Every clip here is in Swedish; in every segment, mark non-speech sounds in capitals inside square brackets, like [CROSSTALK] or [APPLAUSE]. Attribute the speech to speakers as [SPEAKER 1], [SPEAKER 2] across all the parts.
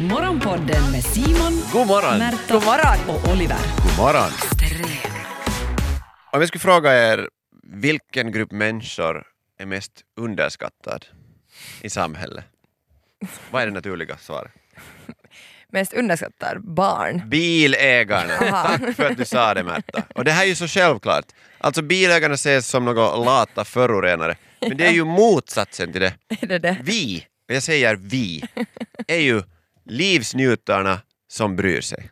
[SPEAKER 1] Morgonpodden med Simon,
[SPEAKER 2] God morgon!
[SPEAKER 1] Märta
[SPEAKER 3] God morgon.
[SPEAKER 1] och Oliver.
[SPEAKER 2] God morgon! Om jag skulle fråga er vilken grupp människor är mest underskattad i samhället? Vad är det naturliga svaret?
[SPEAKER 3] Mest underskattar barn. [LAUGHS]
[SPEAKER 2] Bilägarna!
[SPEAKER 3] Aha.
[SPEAKER 2] Tack för att du sa det Märta. Och det här är ju så självklart. Alltså bilägarna ses som några lata förorenare. Men det är ju motsatsen till det.
[SPEAKER 3] Är det det?
[SPEAKER 2] Vi, och jag säger vi, är ju livsnjutarna som bryr sig.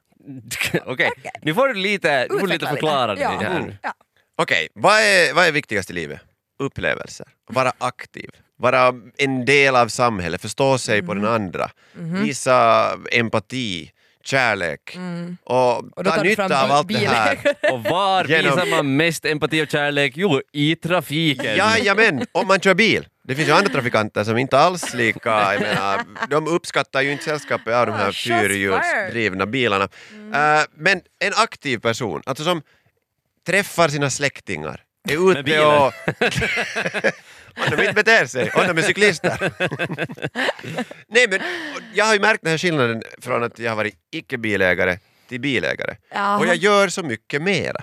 [SPEAKER 4] Okej, nu får du lite, du får lite förklara dig
[SPEAKER 3] ja.
[SPEAKER 4] här.
[SPEAKER 3] Ja.
[SPEAKER 2] Okej, vad, är, vad är viktigast i livet? Upplevelser. Vara aktiv. Vara en del av samhället, förstå sig på
[SPEAKER 3] Mm.
[SPEAKER 2] den andra.
[SPEAKER 3] Mm-hmm.
[SPEAKER 2] Visa empati, kärlek och,
[SPEAKER 3] Mm. Och då
[SPEAKER 2] ta
[SPEAKER 3] tar du
[SPEAKER 2] nytta
[SPEAKER 3] fram
[SPEAKER 2] av
[SPEAKER 3] bi-
[SPEAKER 2] allt det
[SPEAKER 3] [LAUGHS]
[SPEAKER 2] här.
[SPEAKER 3] bilägare.
[SPEAKER 4] Och var
[SPEAKER 2] Mm. [LAUGHS] Genom-
[SPEAKER 4] visar man mest empati och kärlek? Jo, i trafiken.
[SPEAKER 2] Jajamän, om man kör bil. Det finns ju andra trafikanter som inte alls lika, jag menar, de uppskattar ju inte sällskapet av de
[SPEAKER 3] Ah,
[SPEAKER 2] här
[SPEAKER 3] shots fired. Mm.
[SPEAKER 2] fyrhjulsdrivna bilarna. Eh, men en aktiv person, alltså som träffar sina släktingar, är ute
[SPEAKER 4] bilen.
[SPEAKER 2] och... [LAUGHS] om de inte beter sig, om de
[SPEAKER 3] [LAUGHS]
[SPEAKER 2] är cyklister. Nej men, jag har ju märkt den här skillnaden från att jag har varit icke-bilägare till bilägare.
[SPEAKER 3] Jaha.
[SPEAKER 2] Och jag gör så mycket mera.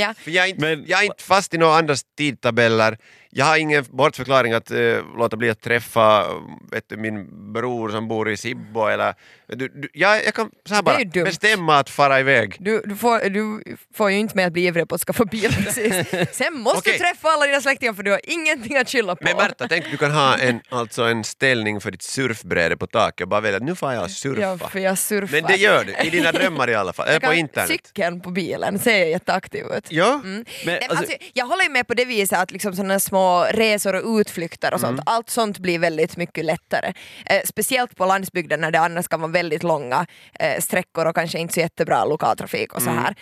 [SPEAKER 3] Ja.
[SPEAKER 2] För jag, är inte,
[SPEAKER 4] Men-
[SPEAKER 2] jag är inte fast i några andras tidtabeller. Jag har ingen bortförklaring att eh, låta bli att träffa eh, vet du, min bror som bor i Sibbo eller... Du, du, jag, jag kan så här
[SPEAKER 3] Det är
[SPEAKER 2] bara
[SPEAKER 3] ju dumt.
[SPEAKER 2] bestämma att fara iväg.
[SPEAKER 3] Du, du, får, du får ju inte med att bli ivrig på att skaffa bil [LAUGHS] precis. Sen måste
[SPEAKER 2] Okej.
[SPEAKER 3] du träffa alla dina släktingar för du har ingenting att chilla på.
[SPEAKER 2] Men Märta, tänk du kan ha en, alltså en ställning för ditt surfbräde på taket och bara välja att nu får jag
[SPEAKER 3] ja,
[SPEAKER 2] surfa.
[SPEAKER 3] för jag surfar.
[SPEAKER 2] Men det gör du, i dina drömmar i alla fall, eller
[SPEAKER 3] Jag
[SPEAKER 2] på
[SPEAKER 3] kan-
[SPEAKER 2] internet.
[SPEAKER 3] Cykeln på bilen ser jätteaktiv ut.
[SPEAKER 2] Ja,
[SPEAKER 4] Men,
[SPEAKER 3] Nej, men
[SPEAKER 4] alltså,
[SPEAKER 3] alltså, jag håller ju med på det viset att liksom sådana små resor och utflykter och sånt,
[SPEAKER 4] Mm.
[SPEAKER 3] allt sånt blir väldigt mycket lättare. Eh, speciellt på landsbygden när det annars kan vara väldigt långa eh, sträckor och kanske inte så jättebra lokaltrafik och så
[SPEAKER 4] Mm.
[SPEAKER 3] här.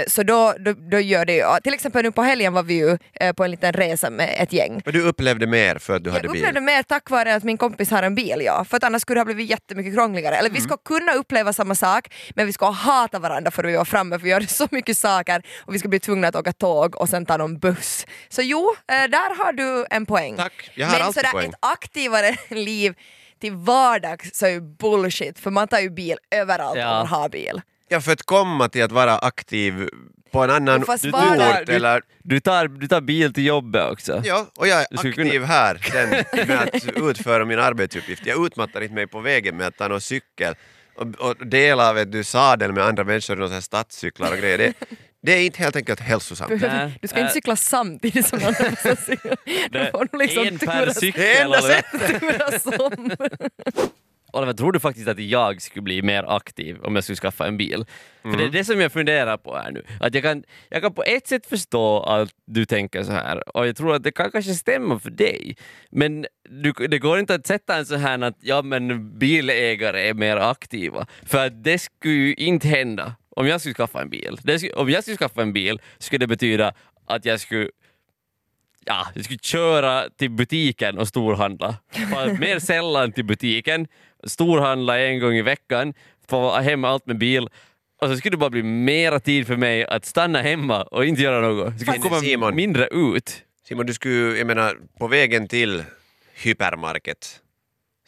[SPEAKER 3] Eh, så då, då, då gör det ju, ja, till exempel nu på helgen var vi ju eh, på en liten resa med ett gäng.
[SPEAKER 2] men du upplevde mer för att du
[SPEAKER 3] Jag
[SPEAKER 2] hade bil.
[SPEAKER 3] upplevde mer tack vare att min kompis har en bil, ja. för att annars skulle det ha blivit jättemycket krångligare. Eller vi
[SPEAKER 2] Mm.
[SPEAKER 3] skulle kunna uppleva samma sak, men vi skulle hata varandra för att vi var framme, för vi hade så mycket saker och vi skulle bli tvungna att åka tåg och sen ta någon buss. Så jo, eh, där har du en poäng.
[SPEAKER 2] Tack. Jag har
[SPEAKER 3] men
[SPEAKER 2] alltid
[SPEAKER 3] sådär
[SPEAKER 2] poäng.
[SPEAKER 3] ett aktivare [LAUGHS] liv till vardags så är ju bullshit, för man tar ju bil överallt
[SPEAKER 4] Ja.
[SPEAKER 3] om man har bil.
[SPEAKER 2] Ja, för att komma till att vara aktiv på en annan
[SPEAKER 3] Och fast
[SPEAKER 2] ort
[SPEAKER 3] vara-
[SPEAKER 4] du,
[SPEAKER 2] eller
[SPEAKER 4] du, tar, du tar bil till jobbet också.
[SPEAKER 2] Ja, och jag är
[SPEAKER 4] Du skulle
[SPEAKER 2] aktiv här sen med att utföra min arbetsuppgift. Jag utmattar inte mig på vägen med att ta någon cykel och, och dela av du, sadel med andra människor, någon sån här stadscyklar och grejer. Det, det är inte helt enkelt hälsosamt.
[SPEAKER 4] Nej,
[SPEAKER 3] [LAUGHS] Du ska inte
[SPEAKER 4] äh,
[SPEAKER 3] cykla samtidigt som någon
[SPEAKER 4] [LAUGHS]
[SPEAKER 3] annan cyklar. Du får nog liksom
[SPEAKER 4] en per
[SPEAKER 3] turas-
[SPEAKER 2] Det är
[SPEAKER 4] cykel.
[SPEAKER 2] enda
[SPEAKER 4] Oliver.
[SPEAKER 3] [LAUGHS] turas om.
[SPEAKER 4] Oliver, tror du faktiskt att jag skulle bli mer aktiv om jag skulle skaffa en bil? För det är det som jag funderar på här nu. Att jag, kan, jag kan på ett sätt förstå att du tänker så här och jag tror att det kan kanske stämma för dig. Men du, det går inte att sätta en så här att ja, men bilägare är mer aktiva. För att det skulle ju inte hända om jag skulle skaffa en bil. Det skulle, om jag skulle skaffa en bil skulle det betyda att jag skulle ja, jag skulle köra till butiken och storhandla. Fast mer sällan till butiken, storhandla en gång i veckan, få hem allt med bil och så skulle det bara bli mera tid för mig att stanna hemma och inte göra något. Så skulle
[SPEAKER 2] Fast-
[SPEAKER 4] jag komma
[SPEAKER 2] Simon.
[SPEAKER 4] mindre ut.
[SPEAKER 2] Simon, du skulle, jag menar, på vägen till hypermarket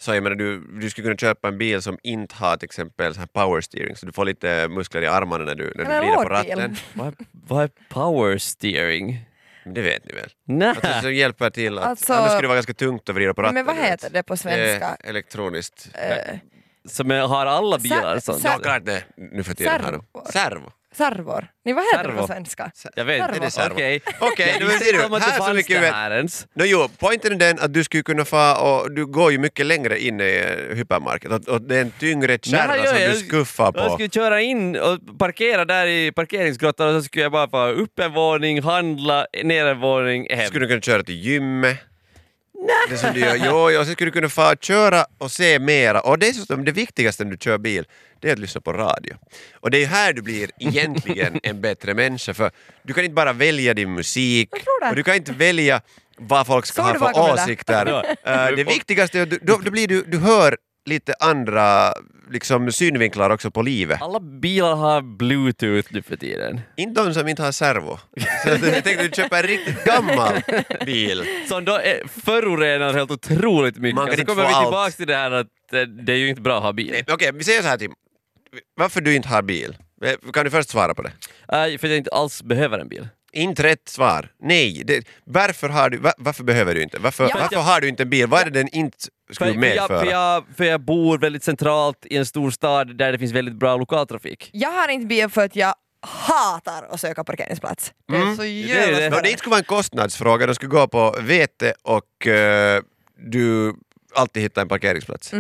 [SPEAKER 2] så jag menar, du, du skulle kunna köpa en bil som inte har till exempel så här power steering så du får lite muskler i armarna när du, när
[SPEAKER 3] Eller
[SPEAKER 2] du vrider på
[SPEAKER 3] lådbil.
[SPEAKER 2] ratten.
[SPEAKER 4] Vad är, vad är power steering?
[SPEAKER 2] Men Det vet ni väl?
[SPEAKER 4] Nej. [LAUGHS]
[SPEAKER 2] Alltså, som hjälper till att...
[SPEAKER 3] Alltså-
[SPEAKER 2] annars skulle det vara ganska tungt att vrida på ratten.
[SPEAKER 3] Men vad
[SPEAKER 2] du vet.
[SPEAKER 3] heter det på svenska?
[SPEAKER 2] Eh, elektroniskt.
[SPEAKER 4] Som jag har alla bilar sånt?
[SPEAKER 2] Ja, klart det. Nu för tiden har de.
[SPEAKER 3] Servo.
[SPEAKER 2] Servo.
[SPEAKER 3] Sarvor? Nej vad heter det
[SPEAKER 4] Servo.
[SPEAKER 3] på svenska?
[SPEAKER 4] Jag vet
[SPEAKER 3] Servo.
[SPEAKER 2] Är det servo?
[SPEAKER 4] Okej.
[SPEAKER 2] Okej, nu
[SPEAKER 4] Jag visste
[SPEAKER 2] ser
[SPEAKER 4] inte om
[SPEAKER 2] du.
[SPEAKER 4] att det
[SPEAKER 2] Här så
[SPEAKER 4] fanns
[SPEAKER 2] mycket
[SPEAKER 4] det
[SPEAKER 2] vet.
[SPEAKER 4] här ens.
[SPEAKER 2] No, jo, poängen är den att du skulle kunna få och du går ju mycket längre in i eh, hypermarket och, och det är en tyngre
[SPEAKER 4] Nej,
[SPEAKER 2] kärna
[SPEAKER 4] jag-
[SPEAKER 2] som du
[SPEAKER 4] jag-
[SPEAKER 2] skuffar
[SPEAKER 4] Jag
[SPEAKER 2] på.
[SPEAKER 4] skulle köra in och parkera där i parkeringsgrottan och så skulle jag bara få upp en våning, handla, ner en våning, hem.
[SPEAKER 2] Skulle du kunna köra till gymmet? Det som du gör. Jo, jo, så skulle du kunna få köra och se mera. Och dessutom, det viktigaste när du kör bil, det är att lyssna på radio. Och det är här du blir egentligen en bättre människa, för du kan inte bara välja din musik,
[SPEAKER 3] tror det.
[SPEAKER 2] och du kan inte välja vad folk ska
[SPEAKER 3] Såg du
[SPEAKER 2] ha
[SPEAKER 3] bakom
[SPEAKER 2] för
[SPEAKER 3] det där? [LAUGHS]
[SPEAKER 2] åsikter.
[SPEAKER 4] Ja.
[SPEAKER 2] Eh, det viktigaste är att du, då, då blir du, du hör lite andra liksom, synvinklar också på livet.
[SPEAKER 4] Alla bilar har bluetooth nu för tiden.
[SPEAKER 2] Inte de som inte har servo. Så jag tänkte att du köper en riktigt gammal bil.
[SPEAKER 4] Som då är förorenar helt otroligt mycket.
[SPEAKER 2] Man kan
[SPEAKER 4] så
[SPEAKER 2] inte
[SPEAKER 4] kommer
[SPEAKER 2] få
[SPEAKER 4] vi
[SPEAKER 2] allt.
[SPEAKER 4] tillbaka till det här att att eh, det är ju inte bra att ha bil.
[SPEAKER 2] Nej, men Okej, vi säger så här Tim. Varför du inte har bil? Eh, Kan du först svara på det?
[SPEAKER 4] Eh, för att jag inte alls behöver en bil.
[SPEAKER 2] Inte rätt svar. Nej. Det, varför, har du, va, varför behöver du inte? Varför,
[SPEAKER 3] Ja.
[SPEAKER 2] varför har du inte en bil? Vad är det den inte
[SPEAKER 4] För,
[SPEAKER 2] skulle
[SPEAKER 4] för, jag,
[SPEAKER 2] medföra?
[SPEAKER 4] för, jag, för jag bor väldigt centralt i en stor stad där det finns väldigt bra lokaltrafik.
[SPEAKER 3] Jag har inte bil för att jag hatar att söka parkeringsplats. Det är så
[SPEAKER 4] är
[SPEAKER 3] jävla
[SPEAKER 4] Mm. det.
[SPEAKER 2] Nå,
[SPEAKER 3] störande.
[SPEAKER 2] det inte skulle vara en kostnadsfråga, de skulle gå på vete och eh, du alltid hittar en parkeringsplats.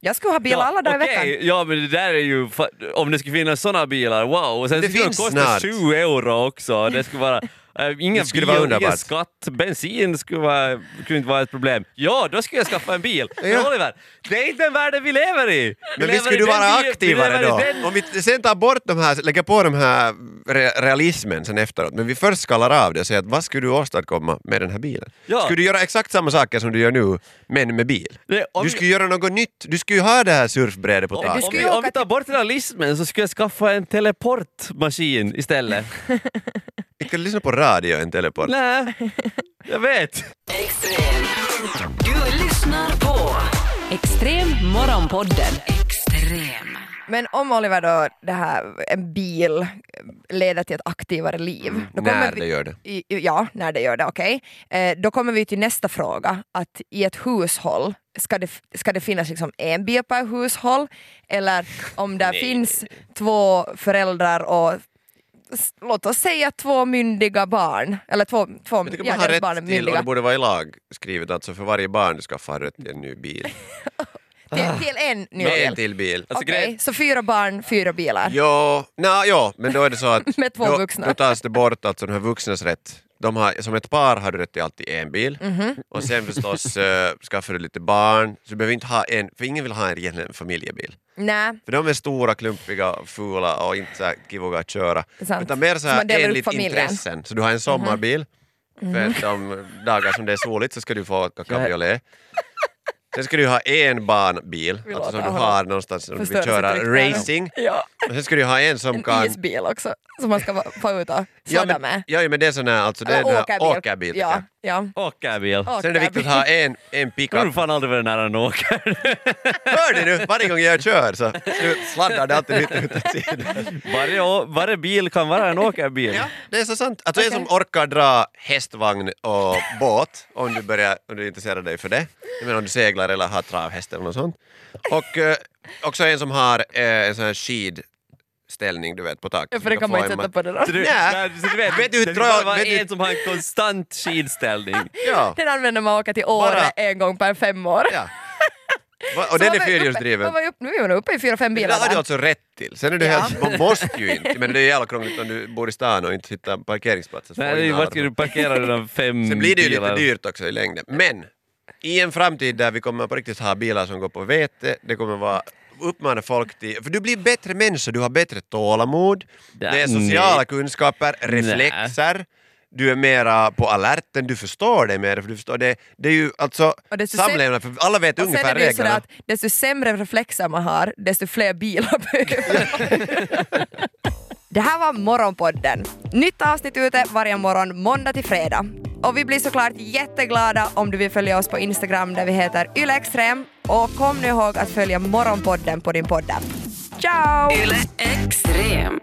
[SPEAKER 3] Jag skulle ha bil alla dagar i
[SPEAKER 4] okej.
[SPEAKER 3] veckan.
[SPEAKER 4] Ja men det där är ju, fa- om det skulle finnas sådana bilar, wow! Och sen
[SPEAKER 2] Det
[SPEAKER 4] skulle
[SPEAKER 2] finns
[SPEAKER 4] de kosta
[SPEAKER 2] snart.
[SPEAKER 4] 7 euro också. Det skulle vara, äh, ingen
[SPEAKER 2] Det skulle
[SPEAKER 4] bil,
[SPEAKER 2] vara
[SPEAKER 4] ingen
[SPEAKER 2] underbart.
[SPEAKER 4] skatt, bensin skulle, vara, skulle inte vara ett problem. Ja, då skulle jag skaffa en bil. Men Oliver, det är inte den världen vi lever i! Vi
[SPEAKER 2] Men vi
[SPEAKER 4] lever
[SPEAKER 2] skulle
[SPEAKER 4] i
[SPEAKER 2] du
[SPEAKER 4] den
[SPEAKER 2] vara
[SPEAKER 4] vi- vi
[SPEAKER 2] aktivare
[SPEAKER 4] lever i
[SPEAKER 2] då?
[SPEAKER 4] den-
[SPEAKER 2] Om vi sen tar bort de här, lägger på de här re- realismen sen efteråt, men vi först skalar av det och säger att vad skulle du åstadkomma med den här bilen?
[SPEAKER 4] Ja.
[SPEAKER 2] Skulle du göra exakt samma saker som du gör nu, men med bil?
[SPEAKER 4] Det- om-
[SPEAKER 2] Du skulle göra något nytt, du skulle ju ha det här surfbrädet på
[SPEAKER 4] Om,
[SPEAKER 2] taket.
[SPEAKER 3] du skulle
[SPEAKER 4] vi-
[SPEAKER 3] ju
[SPEAKER 4] om
[SPEAKER 3] åka
[SPEAKER 4] vi tar bort realismen så skulle jag skaffa en teleportmaskin
[SPEAKER 2] [LAUGHS]
[SPEAKER 4] istället.
[SPEAKER 2] Inte lyssna på radio, inte teleport.
[SPEAKER 4] Nej, jag vet.
[SPEAKER 1] Extrem. Du lyssnar på Extrem Morgonpodden. Extrem.
[SPEAKER 3] Men om Oliver då, det här, en bil leder till ett aktivare liv. Då kommer
[SPEAKER 2] Mm, När
[SPEAKER 3] vi,
[SPEAKER 2] det gör det.
[SPEAKER 3] I, ja, när det gör det, okej. Eh, då kommer vi till nästa fråga, att i ett hushåll, ska det, ska det finnas liksom en bil per hushåll? Eller om
[SPEAKER 2] [LAUGHS]
[SPEAKER 3] det finns två föräldrar och s- låt oss säga två myndiga barn, eller två, två
[SPEAKER 2] Jag tycker
[SPEAKER 3] ja,
[SPEAKER 2] man har
[SPEAKER 3] deras barn är
[SPEAKER 2] rätt till, och det
[SPEAKER 3] myndiga,
[SPEAKER 2] borde vara i lag skrivet, alltså för varje barn du ska ha rätt till en ny bil.
[SPEAKER 3] till, till en ny
[SPEAKER 2] [LAUGHS] Med en
[SPEAKER 3] bil.
[SPEAKER 2] till bil.
[SPEAKER 4] Alltså,
[SPEAKER 3] Okej,
[SPEAKER 4] grejen-
[SPEAKER 3] så fyra barn, fyra bilar.
[SPEAKER 2] Ja, na, ja, men då är det så
[SPEAKER 3] [LAUGHS]
[SPEAKER 2] att
[SPEAKER 3] Med två
[SPEAKER 2] då,
[SPEAKER 3] vuxna.
[SPEAKER 2] då tas det bort alltså de här vuxnas rätt. De har, som ett par har du rätt till alltid en bil
[SPEAKER 3] Mhm.
[SPEAKER 2] och sen förstås äh, skaffar du lite barn så du behöver inte ha en, för ingen vill ha en egentligen familjebil.
[SPEAKER 3] Nej,
[SPEAKER 2] För de är stora, klumpiga, fula och inte så här kivoga att köra.
[SPEAKER 3] Det är sant.
[SPEAKER 2] Utan mer så
[SPEAKER 3] Så
[SPEAKER 2] här
[SPEAKER 3] man delar upp
[SPEAKER 2] enligt
[SPEAKER 3] familjen. Mhm.
[SPEAKER 2] intressen. Så du har en sommarbil, för de dagar som det är soligt så ska du få åka cabriolet. Sen ska du ha en barnbil,
[SPEAKER 3] Vi
[SPEAKER 2] alltså som
[SPEAKER 3] låter
[SPEAKER 2] du
[SPEAKER 3] honom
[SPEAKER 2] har någonstans om du vill
[SPEAKER 3] förstöra
[SPEAKER 2] köra
[SPEAKER 3] sitt rykte.
[SPEAKER 2] racing.
[SPEAKER 3] ja.
[SPEAKER 2] Och sen ska du ha en som
[SPEAKER 3] en
[SPEAKER 2] kan...
[SPEAKER 3] isbil också som man ska va- få ut och
[SPEAKER 2] Ja
[SPEAKER 3] sladda
[SPEAKER 2] men,
[SPEAKER 3] med.
[SPEAKER 2] ja, ja, men det är sån här, alltså det är den
[SPEAKER 3] Eller
[SPEAKER 2] här åkarbil. tycker
[SPEAKER 3] Ja,
[SPEAKER 2] jag.
[SPEAKER 3] ja.
[SPEAKER 4] Åka bil.
[SPEAKER 2] Sen är det viktigt att ha en, en
[SPEAKER 4] Jag har
[SPEAKER 2] pickup.
[SPEAKER 4] fan aldrig varit nära en åkare.
[SPEAKER 2] Hör du nu? Varje gång jag kör så nu sladdar det alltid lite ut åt sidan.
[SPEAKER 4] Varje, å- varje bil kan vara en åkarbil.
[SPEAKER 2] Ja, det är så sant. Alltså en
[SPEAKER 3] Okej.
[SPEAKER 2] som orkar dra hästvagn och båt, om du, börjar, om du intresserar dig för det. Jag menar om du seglar eller har travhäst eller något sånt. Och eh, också en som har eh, en sån här skidställning, du vet, på taket.
[SPEAKER 3] Ja,
[SPEAKER 2] Så
[SPEAKER 3] för det
[SPEAKER 2] du
[SPEAKER 3] kan
[SPEAKER 2] få
[SPEAKER 3] man inte
[SPEAKER 2] en
[SPEAKER 3] sätta
[SPEAKER 2] ma-
[SPEAKER 3] på den.
[SPEAKER 4] Så du,
[SPEAKER 2] Nej.
[SPEAKER 4] men- så du vet,
[SPEAKER 2] Vet du hur
[SPEAKER 4] det
[SPEAKER 2] tra-
[SPEAKER 4] ska vara
[SPEAKER 2] vet du-
[SPEAKER 4] en som har en konstant skidställning.
[SPEAKER 2] Ja,
[SPEAKER 3] Den använder man att åka till Åre
[SPEAKER 2] Bara-
[SPEAKER 3] en gång per fem år.
[SPEAKER 2] ja. Va- Och
[SPEAKER 3] [LAUGHS] Så
[SPEAKER 2] den
[SPEAKER 3] man
[SPEAKER 2] är
[SPEAKER 3] var ju uppe-
[SPEAKER 2] fyrhjulsdriven.
[SPEAKER 3] man var ju uppe- Nu är man uppe i fyra, fem
[SPEAKER 2] Men
[SPEAKER 3] bilar
[SPEAKER 2] Det har du
[SPEAKER 3] där.
[SPEAKER 2] alltså rätt till. Sen är det
[SPEAKER 3] Ja.
[SPEAKER 2] helt, man måste ju inte, men det är jävla krångligt om du bor i stan och inte hittar parkeringsplatser. så får
[SPEAKER 4] Nej, det är
[SPEAKER 2] ingen
[SPEAKER 4] ju vart
[SPEAKER 2] alla
[SPEAKER 4] ska
[SPEAKER 2] de-
[SPEAKER 4] du parkera dina fem
[SPEAKER 2] Sen blir det ju
[SPEAKER 4] bilar?
[SPEAKER 2] lite dyrt också i längden. Men i en framtid där vi kommer på riktigt ha bilar som går på vete, det kommer vara uppmana folk till... För du blir bättre människa, du har bättre tålamod,
[SPEAKER 4] Ja,
[SPEAKER 2] det är sociala
[SPEAKER 4] nej.
[SPEAKER 2] kunskaper, reflexer, du är mera på alerten, du förstår det mer, för du förstår det. Det är ju alltså
[SPEAKER 3] Och desto se-
[SPEAKER 2] samlevnad, för alla vet
[SPEAKER 3] Och sen är
[SPEAKER 2] ungefär
[SPEAKER 3] det ju sådär
[SPEAKER 2] reglerna.
[SPEAKER 3] att desto sämre reflexer man har, desto fler bilar behöver man.
[SPEAKER 2] [LAUGHS]
[SPEAKER 3] Det här var Morgonpodden. Nytt avsnitt ute varje morgon måndag till fredag. Och vi blir såklart jätteglada om du vill följa oss på Instagram där vi heter ylextrem. Och kom nu ihåg att följa Morgonpodden på din podd. Ciao!
[SPEAKER 1] Yle Extrem.